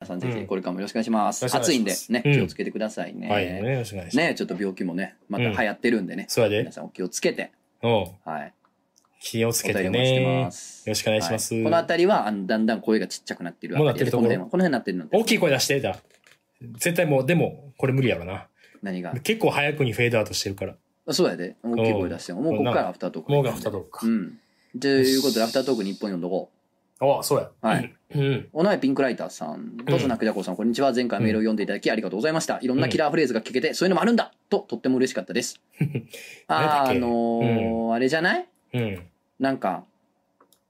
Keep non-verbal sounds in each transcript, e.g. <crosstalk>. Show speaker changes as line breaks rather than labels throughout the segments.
皆さんぜひこれからもよろしくお願いします。
よろしくお
暑
願
い
い
ん
し
で
ま
ね、
うん
気をつけてくださいね。
はい。ね、よろしくお願いします。
ね、ちょっと病気もね、また流行ってるんでね、
そうやで
皆。さんお気をつけて、
おう
はい。
気をつけ
お
て
便りお待ちして
ね
ま。す。
よろしくお願いします
はいこの辺りは、あのだんだん声がちっちゃくなってるあたりで。
もうなってるとこ
こ
ろ
の辺はこの辺なってるので。
大きい声出して、だ。絶対もう、でも、これ無理やろな。
何が。
結構早くにフェードアウトしてるから。
そうやで。大きい声出しても。もうここからアフタートーク。
もうが二トークか
う。ん。ということで、アフタートーク日本読んどこう。
ああ、そうや。
はい。
うん。
おなえピンクライターさん、とつなくじゃこさん、こんにちは。前回メールを読んでいただきありがとうございました。いろんなキラーフレーズが聞けて、そういうのもあるんだと、とっても嬉しかったです。
<laughs>
あー、あ
何だっけ
のー、あれじゃない
うん。
なんか、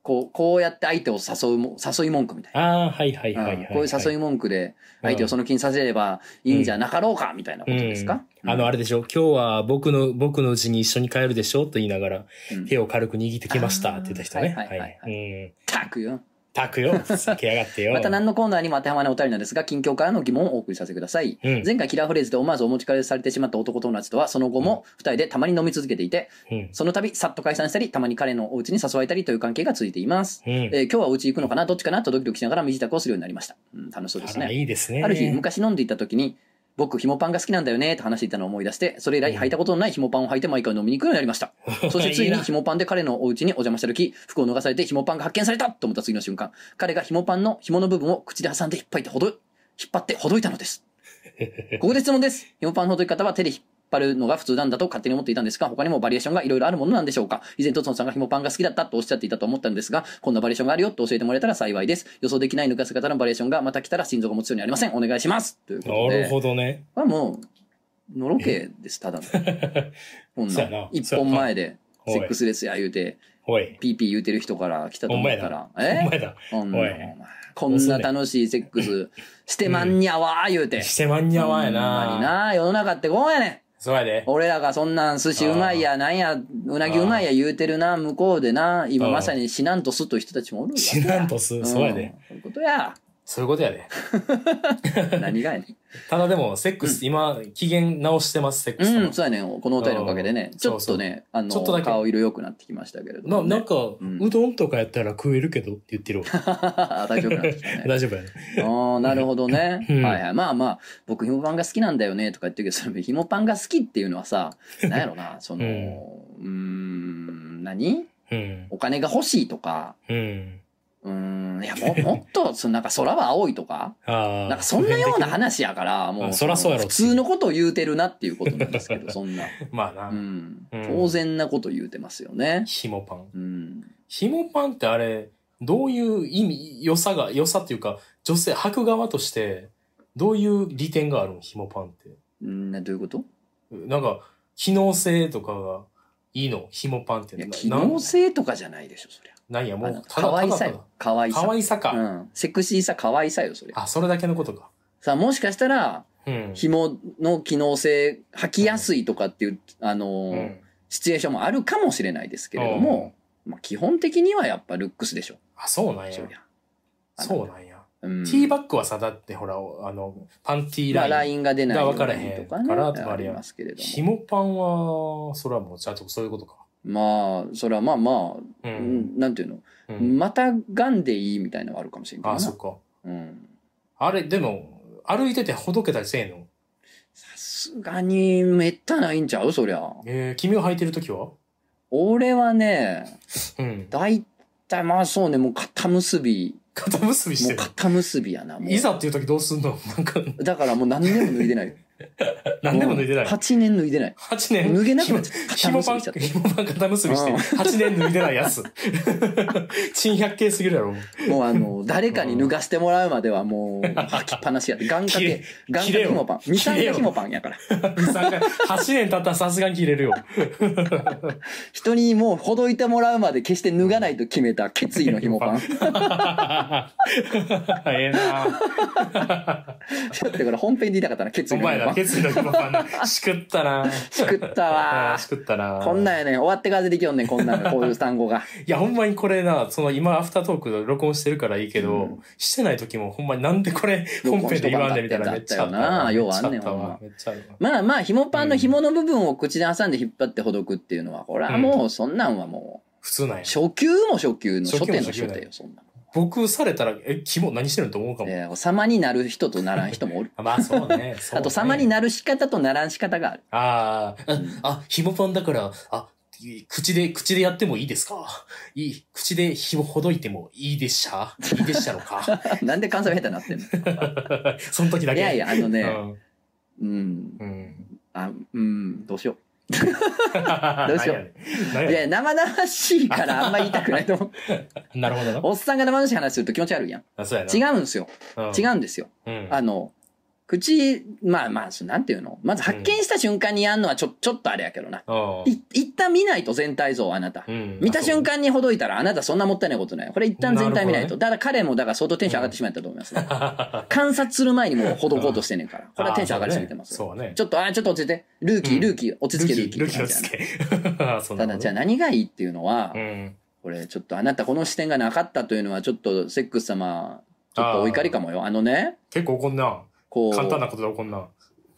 こう、こうやって相手を誘うも、誘い文句みたいな。
ああ、はいはいはいは
うん
い。
こういう誘い文句で、相手をその気にさせればいいんじゃなかろうか、みたいなことですか、
うんあの、あれでしょ今日は僕の、僕のうちに一緒に帰るでしょと言いながら、
うん
手を軽く握ってきましたって言った人ね。
あーはいはいはいは
うん。
ったくよ。
たくよ。ふざけやがって
<laughs>
よ。
また何のコーナーにも当てはまらないお便りなんですが、近況からの疑問をお送りさせてください。
うん
前回キラーフレーズで思わずお持ち帰りされてしまった男友達とは、その後も二人でたまに飲み続けていて、
うん。
その度さっと解散したり、たまに彼のお家に誘われたりという関係が続いています。
うん。
えー今日はお家行くのかなどっちかなとドキドキしながら身支度をするようになりました。うん、楽しそうです
あら
ね。
いいですね。
ある日、昔飲んでいた時に、僕、ひもパンが好きなんだよねって話していたのを思い出して、それ以来履いたことのないひもパンを履いて毎回飲みに行くようになりま <laughs> した。そしてついにひもパンで彼のお家にお邪魔した時、服を脱がされてひもパンが発見されたと思った次の瞬間、彼がひもパンの紐の部分を口で挟んで引っ張ってほど、引っ張ってほどいたの
<laughs>
です。ここで質問です。ひもパンのほどき方は手で引っ張るのが普通なんだと勝手に思っていたんですが、他にもバリエーションがいろいろあるものなんでしょうか以前、トツノさんがひもパンが好きだったとおっしゃっていたと思ったんですが、こんなバリエーションがあるよと教えてもらえたら幸いです。予想できない抜かせ方のバリエーションがまた来たら心臓が持つようにありません。お願いします。ということ
な
で。
るほどね。
これはもう、のろけです、ただの。こん
<laughs> そう
な、
やなん
一本前で、
そう
セ
や
ックスレスや言うて、
おい。
ピーピー言うてる人から来たと思ったら、
お
え
前だ。
こんな
おい
こんな楽しいセックスしてまんにゃわー言うて。
してまんにゃわや
ほんま
な。
にな世の中ってこうやねん。
そうやで。
俺らがそんなん寿司うまいや、なんや、うなぎうまいや言うてるな、向こうでな、今
うん
まさに死なんとすという人たちもおるわけ
死
や。
なんとす。そうやで
ん。。そういうことや。
そういうことやで。
何
<laughs>
がやねん。
ただでも、セックス、今、機嫌直してます、セックス
うん、
と
そうやねん。このお便りのおかげでね、
うん
ちょっとね、あ
ちょっと
の、
だけ
顔色良くなってきましたけれども、
も。
ね。 <laughs>
な、なんか、
ん
うどんとかやったら食えるけどって言ってるわ。
大丈夫なんですかね。
大丈夫やね。
ああ、なるほどね。
<laughs> うん
はいはい。まあまあ、僕、ひもパンが好きなんだよね、とか言ってるけど、そのひもパンが好きっていうのはさ、なんやろ
<laughs>
な、その、
う
うーん、何
うん。
お金が欲しいとか、
うん。
うーん、いや、も
<laughs>
もっと、そのなんか空は青いとか、
ああ。
なんかそんなような話やから、もう、
あそらそうやろ
普通のことを言うてるなっていうことなんですけ
<laughs>
ど、そんな。
まあな。
うん
うん。
当然なこと言うてますよね。
ひもパン。
うん。
ひもパンってあれ、どういう意味、良さが、良さっていうか、女性、履く側として、どういう利点があるのひもパンって。
うんなどういうこと
なんか、機能性とかがいいのひもパンって。
いや、
な
機能性とかじゃないでしょ、そりゃ。
なんなんや、も
あ
う
の、
ただ
可愛さ
ただ
よ。可愛
ただ
さ
可。愛さか。
うん。セクシーさ、可愛さよ、それ。
あ、それだけのことか。
さあ、もしかしたら、
うん。
紐の機能性、履きやすいとかっていう、あの
う
ー
ん。
シチュエーションもあるかもしれないですけれども、まあ、基本的にはやっぱルックスでしょ、
あ、そうなんや
そ。りゃ。
そうなんや。
うん。
ティーバッグはさ、だってほら、あの、パンティー
ま
ラ
あ
イ
ライ
ン。
ンが出ない
が分からへん
ようにとかね、
からとかあ
あ
る
り
やん
ますけれど
ひ
も。
もパンは、それはもう、ちゃんとそういうことか。
まあ、それはまあま
う
あ、
ん。
なんていうの、
うん、
またがんでいいみたいなのはあるかもしれんけど
あ、
な
そっか。
うん。
あれ、でも、歩いててほどけたりせえの
さすがに、めったないんちゃうそりゃ。
えー、君を履いてるときは
俺はね、
うん。
だいたいまあそうね、もう肩結び、
肩結びし
も
て
う
る。
肩結びやな、もう
いざっていうときどうすんの <laughs> なんか、
だからもう何年も脱いでないよ。
<laughs> 何でも脱いでない。
8年脱いでない。
8年。
脱げなくなっ
ひ
ちゃった。
ひ
肩結
もパ
<laughs>
ン、
びしちゃった。
ひもパン肩結びして、
うん
8年脱いでない
<laughs>
やつ。珍百景すぎるやろ。
もうあの、誰かに脱がしてもらうまではもう、履きっぱなし
<laughs>
やって。願掛け、願掛けひもパン。
切れ
二
よ
三がひもパンやから。
三回8年経ったらさすがに切れ
<laughs>
るよ。
人にもう、ほどいてもらうまで決して脱がないと決めた決意のひも
<laughs>
パン。
ええな
ちょっとこれ本編で言いたかったな、決
お
意の
前
ひも
ら、
パン。
決意のひもパンな。しくったな
しくった
あ
わ
ー <laughs> しくったな
こんなんやねん。終わってから出てきよんねん、こんなんがこういう単語が。
いや、ほんまにこれな、その今アフタートークで録音してるからいいけど、
うん
してない時もほんまになんでこれ本編で言わんねみたいなめっちゃあったわ
録音しとかんかってやつあったよなようあん
めっちゃあったわ
ねんほんま
めっちゃあるわ。
まあまあ、紐パンの紐の部分を口で挟んで引っ張ってほどくっていうのは、これはもう、そんなんはも
普通なん
う、
や。
初級も初級の初手の初手よ、そんなの。
僕されたら、え、肝何してるのと思うかも。
えー様になる人とならん人もおる。
あまあそうね。 <laughs> そうね
あと、様になる仕方とならん仕方がある。 <laughs>
あー
うん
あ、あ、ひもパンだから、あ、い口で、口でやってもいいですかいい、口で紐ほどいてもいいでっしゃいいでっしゃろか <laughs>
なんで関西弁下手になってんの
その時だ
い
け。
やいや、あの
う
ね、
ん。
うん、 <laughs>
うん。
あ、うん、どうしよ
ど
うしよう。う。
何や
い
ね
や、生々しいからあんま言いたくない
<laughs>
と思う。
んなるほどな。
おっさんが生々しい話すると気持ち悪いやん。
あそうやな。
違うんですよ。
うん。
違うんですよ。
うん。
あの、口、まあまあ、なんていうのまず発見した瞬間にやんのはちょ、ちょっとあれやけどな。
うん
い一旦見ないと全体像をあなた。
うん
見た瞬間にほどいたらあなたそんなもったいないことない。これ一旦全体見ないと。だから彼もだから相当テンション上がってしまったと思いますね。
あ
観察する前にもうほどこうとしてんねん
<laughs>
から。これはテンション上がりすぎてますよ。
そうね。
ちょっと、あー、ちょっと落ち着いて。ルーキ
う
ー、
ん
ルーキー、落ち着け、ルー
ルー
キー
キー
って感じや
落ち
な
着け。 <laughs> あそん
た
な
だ、
こと
じゃあ何がいいっていうのは
う、ん。
これちょっとあなたこの視点がなかったというのはちょっとセックス様、ちょっとお怒りかもよ。あのね、
結構怒んな。
こ
簡単な
う、
ことで怒んな。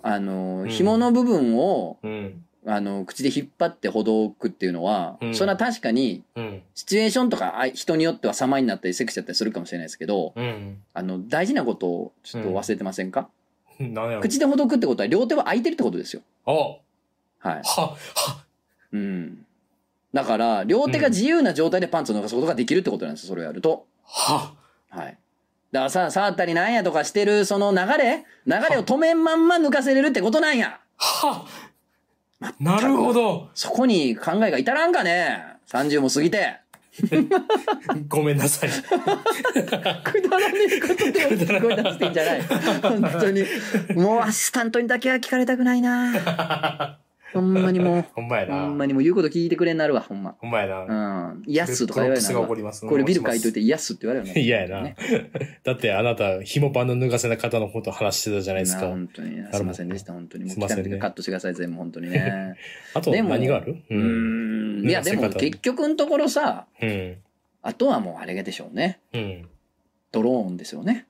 あの
う
ー、
ん
紐の部分を、
うん。
あの、口で引っ張ってほどくっていうのは
う、ん
それは確かに、
うん。
シチュエーションとかあ人によっては様になったりセクシーだったりするかもしれないですけど、
うん。
あの、大事なことをちょっと忘れてませんか、
何やろ。
口でほどくってことは両手は空いてるってことですよ。
あは、
はい。
は、
うん。だから、両手が自由な状態でパンツを脱がすことができるってことなんですよ、それをやると。
は。
はい。だからさ、触ったりなんやとかしてる、その流れ流れを止めんまんま抜かせれるってことなんや
はなるほど。
そこに考えが至らんかね ?30 も過ぎて。
ごめん
<laughs>
なさい。
くだらねえことで聞こえ出してんじゃない本当に。もうアシスタントにだけは聞かれたくないなほんまにも
ほんまや
う、
な。
ほ
ほ
ん
ん
まにもう言うこと聞いてくれになるわ、ほんま。
まや
う
な。
ん。イヤッスとか言われる
プロ
な
ップスが起こります
これビル書いといてイヤッスって言われるの。
嫌やな。
ね
だってあなた、紐パンの脱がせな方のこと話してたじゃないです
なあ
か。
本当にねすいませんでした、本当に。もう
すいま
来た
せんね
時はカットしてください、全部、本当に
<laughs>
ね。
あと
でも
何がある
う。ーん。いや、でも結局のところさ、
うん。
あとはもうあれがでしょうね。
うん。
ドローンですよね。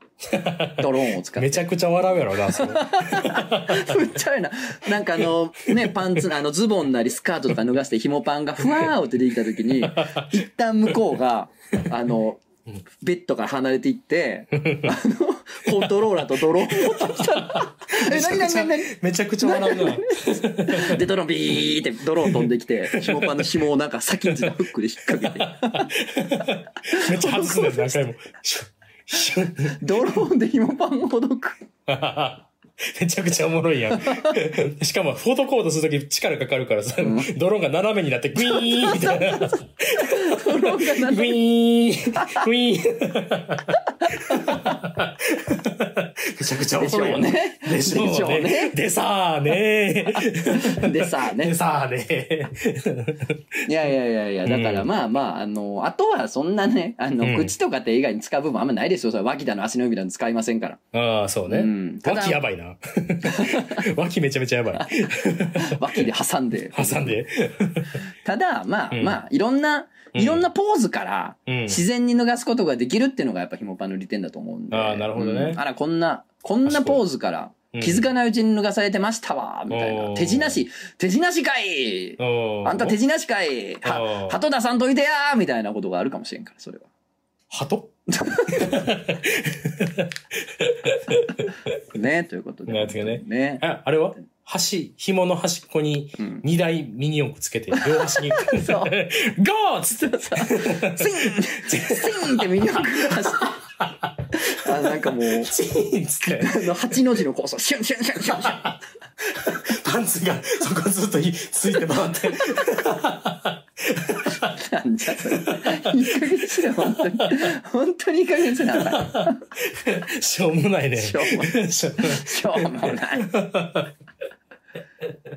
ドローンを使って
め。ちゃくちゃ笑うやろな、それ。
<laughs> めっちゃうな。なんかあの、ね、パンツ、あの、ズボンなりスカートとか脱がして、紐パンがふわーって出てきた時 <laughs> に、一旦向こうが、あの
うん、
ベッドから離れていって、あの、コントローラーとドローンを持ってきたら、 <laughs> <laughs> え、なになになになに
めちゃくちゃ笑うな。
で、ドローンビーってドローン飛んできて、紐パンの紐をなんか先んじたフックで引っ掛けて、
めっちゃ外すね、何回も。シュッシュッ
ドローンで紐パンをほどく。
<laughs> めちゃくちゃおもろいやん。 <laughs> しかも、フォトコードするとき力かかるからさ、ドローンが斜めになって、グイーンみたいな。
ドローンが
ウ
斜め
ィーンウ
<laughs>
ィーンめちゃくちゃ面白いよね。
で
で
し
し
ょ
ょ
うね
うね。でさあね
でさ、ね
で。さあね
いやいやいやいや、だから
うん
まあまあ、あの、あとはそんなね、あの、
うん
口とか手以外に使う部分あんまないですよ。それ脇だの足の指だの使いませんから。
ああ、そう
う
ね。
ん。ただ
脇、やばいな。脇めちゃめちゃやばい。
脇で挟んで。
挟んで。
ただ、まあ
うん
まあ、いろんな、
うん
いろんなポーズから
うん
自然に脱がすことができるっていうのがやっぱヒモパンの利点だと思うんで。
ああなるほどね
うんあら、こんな、こんなポーズから
うん
気づかないうちに脱がされてましたわ、みたいな。
おー
手品師、手品師かい
おー
あんた手品師かいは
お、ー
鳩出さんといてやーみたいなことがあるかもしれんから、それは。
鳩
ね、ということで。
なるほどね
ね。
ああれは端、紐の端っこに
うん
2台ミニ四駆つけて、両端 <laughs> に。ゴ
そう
ーっつって。
スインスインってミニ四駆走って。 <laughs> あ、なんかもう、
チーンっつって。
あの、8の字の構想、シュンシュンシュンシュンシュン。
パンツがそこずっとひついて回って。
なんじゃそれ。いい加減にしろ、本当に。本当にいい加減にしなさい。
しょうもないね。
しょうもな
しょうもない。
しょうもない。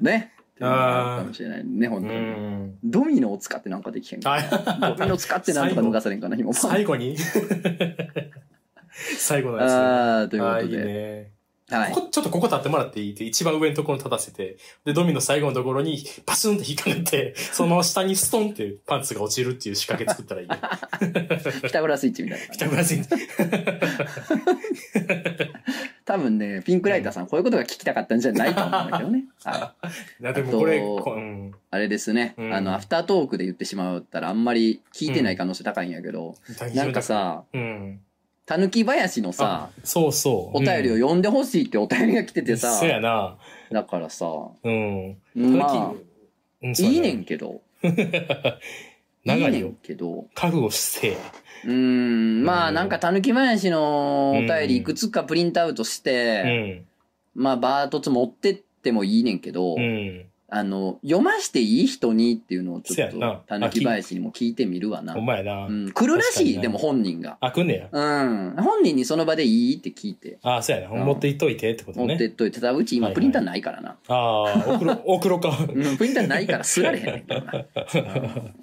ね。
あー
かもしれないね、本当
う
に。
ん。
ドミノを使ってなんかできへんかな。
あ
ドミノ使ってなんとか脱がされんかな、紐パン。
最後に最後のやつね。
あー、という
あ
こ
ー
と
いい
で。
ね。
はい。
こちょっとここ立ってもらっていいって、一番上のところに立たせて、で、ドミノ最後のところにパスンって引っ掛けて、そのまま下にストンってパンツが落ちるっていう仕掛け作ったら
<laughs>
いいよ。
ピタゴラスイッチみたいな。
北村先生。
多分ね、ピンクライターさん、こういうことが聞きたかったんじゃないと思うんだけ
<laughs>
どね。はい
だってもうこれ、
あと
こうん、
あれですね、
うん
あの、アフタートークで言ってしまったら、あんまり聞いてない可能性高いんやけど、なんか、さ、
うん。
たぬき林のさ、
そうそう。
お便りを
っ
読んでほしいってお便りが来ててさ、
そうやな。
だからさ、
うん。
まあ、
うんそう
いい
やな
ねんけど、
長
い
い
いね
よ
ん。けど、
覚悟してや。
うーん、ま
う
あ
ん
なんかたぬき林のお便りいくつかプリントアウトして、まあバートツ持ってってもいいねんけど、
うん。うん。
あの、読ましていい人にっていうのをちょっ
せやな
とたぬき林にも聞いてみるわな
ほ。んまやな
う。ん、来るら
確か
し
に
い、
な
でも本人が。
あ、来んねや。
うん、本人にその場でいいって聞いて。
あ、そうやな。
うん
持っていっといてってこと
持ってっ
ね。
といて、ただうち今
はいはい
プリンターないからな。
ああ、送
<laughs>
ろ、送ろか。
うん、プリンターないからすられへんねんけどな。
<laughs> あ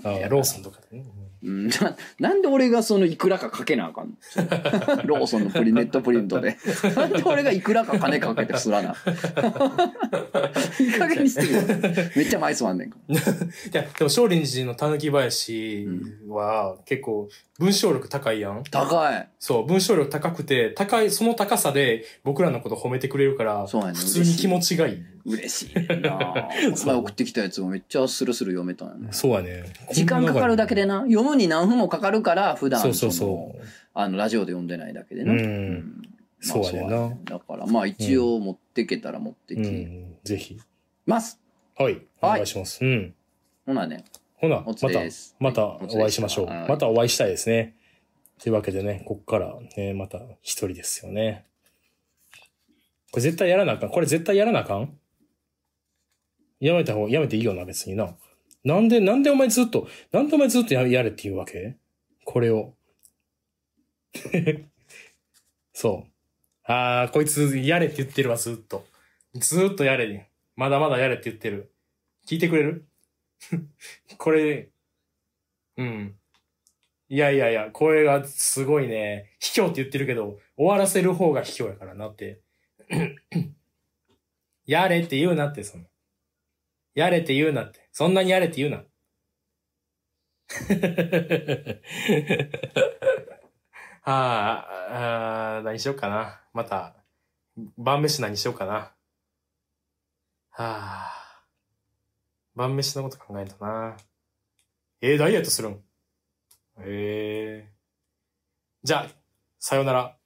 ーローソンとかでね。
うん、ななんで俺がそのいくらかかけなあかん
<laughs>
のローソンのプリネットプリントで。なんで俺がいくらか金かけてすらな。いい加減にしてくれめっちゃ枚数あんねんか
いや、でも、少林寺のたぬき林は、結構、文章力高いや
ら。
ん。
高い。
そう、文章力高くて、高い、その高さで、僕らのこと褒めてくれるから、
そうや
普
ね
通に気持ちがいい。
嬉しいねんな。
<laughs>
お前送ってきたやつもめっちゃスルスル読めたんやね。
そうやね。
時間かかるだけでな。
な。
読むに何分もかかるから、普段
そうそう
の
そ
あのラジオで読んでないだけで
う。
な。
う。
うんん
そうやねん
まあ
な。
だからまあ一応持ってけたら持って
う
き
ん。ぜひ。
ます。
はい。お願いします。うん。
ほなね。
ほな、
お
ま
つ
た
です、
また
はいおつでした
お会いしましょう。
はい
またお会いしたいですね。というわけでね、こっからね、また一人ですよね。これ絶対やらなあかん。これ絶対やらなあかんやめた方、やめていいよな、別にな。なんで、なんでお前ずっと、なんでお前ずっとややれって言うわけこれを。 <laughs> そう。あー、こいつやれって言ってるわ、ずっと。ずっとやれ。まだまだやれって言ってる。聞いてくれる <laughs> これ、うん。いやいやいや、これがすごいね。卑怯って言ってるけど、終わらせる方が卑怯やからなって。 <clears throat> やれって言うなって、その。やれって言うなって。そんなにやれって言うな。 <laughs> ああ、あー何しようかな。また、晩飯何しようかな。はあ。晩飯のこと考えたな。えー、ダイエットするんええじゃあ、さようなら。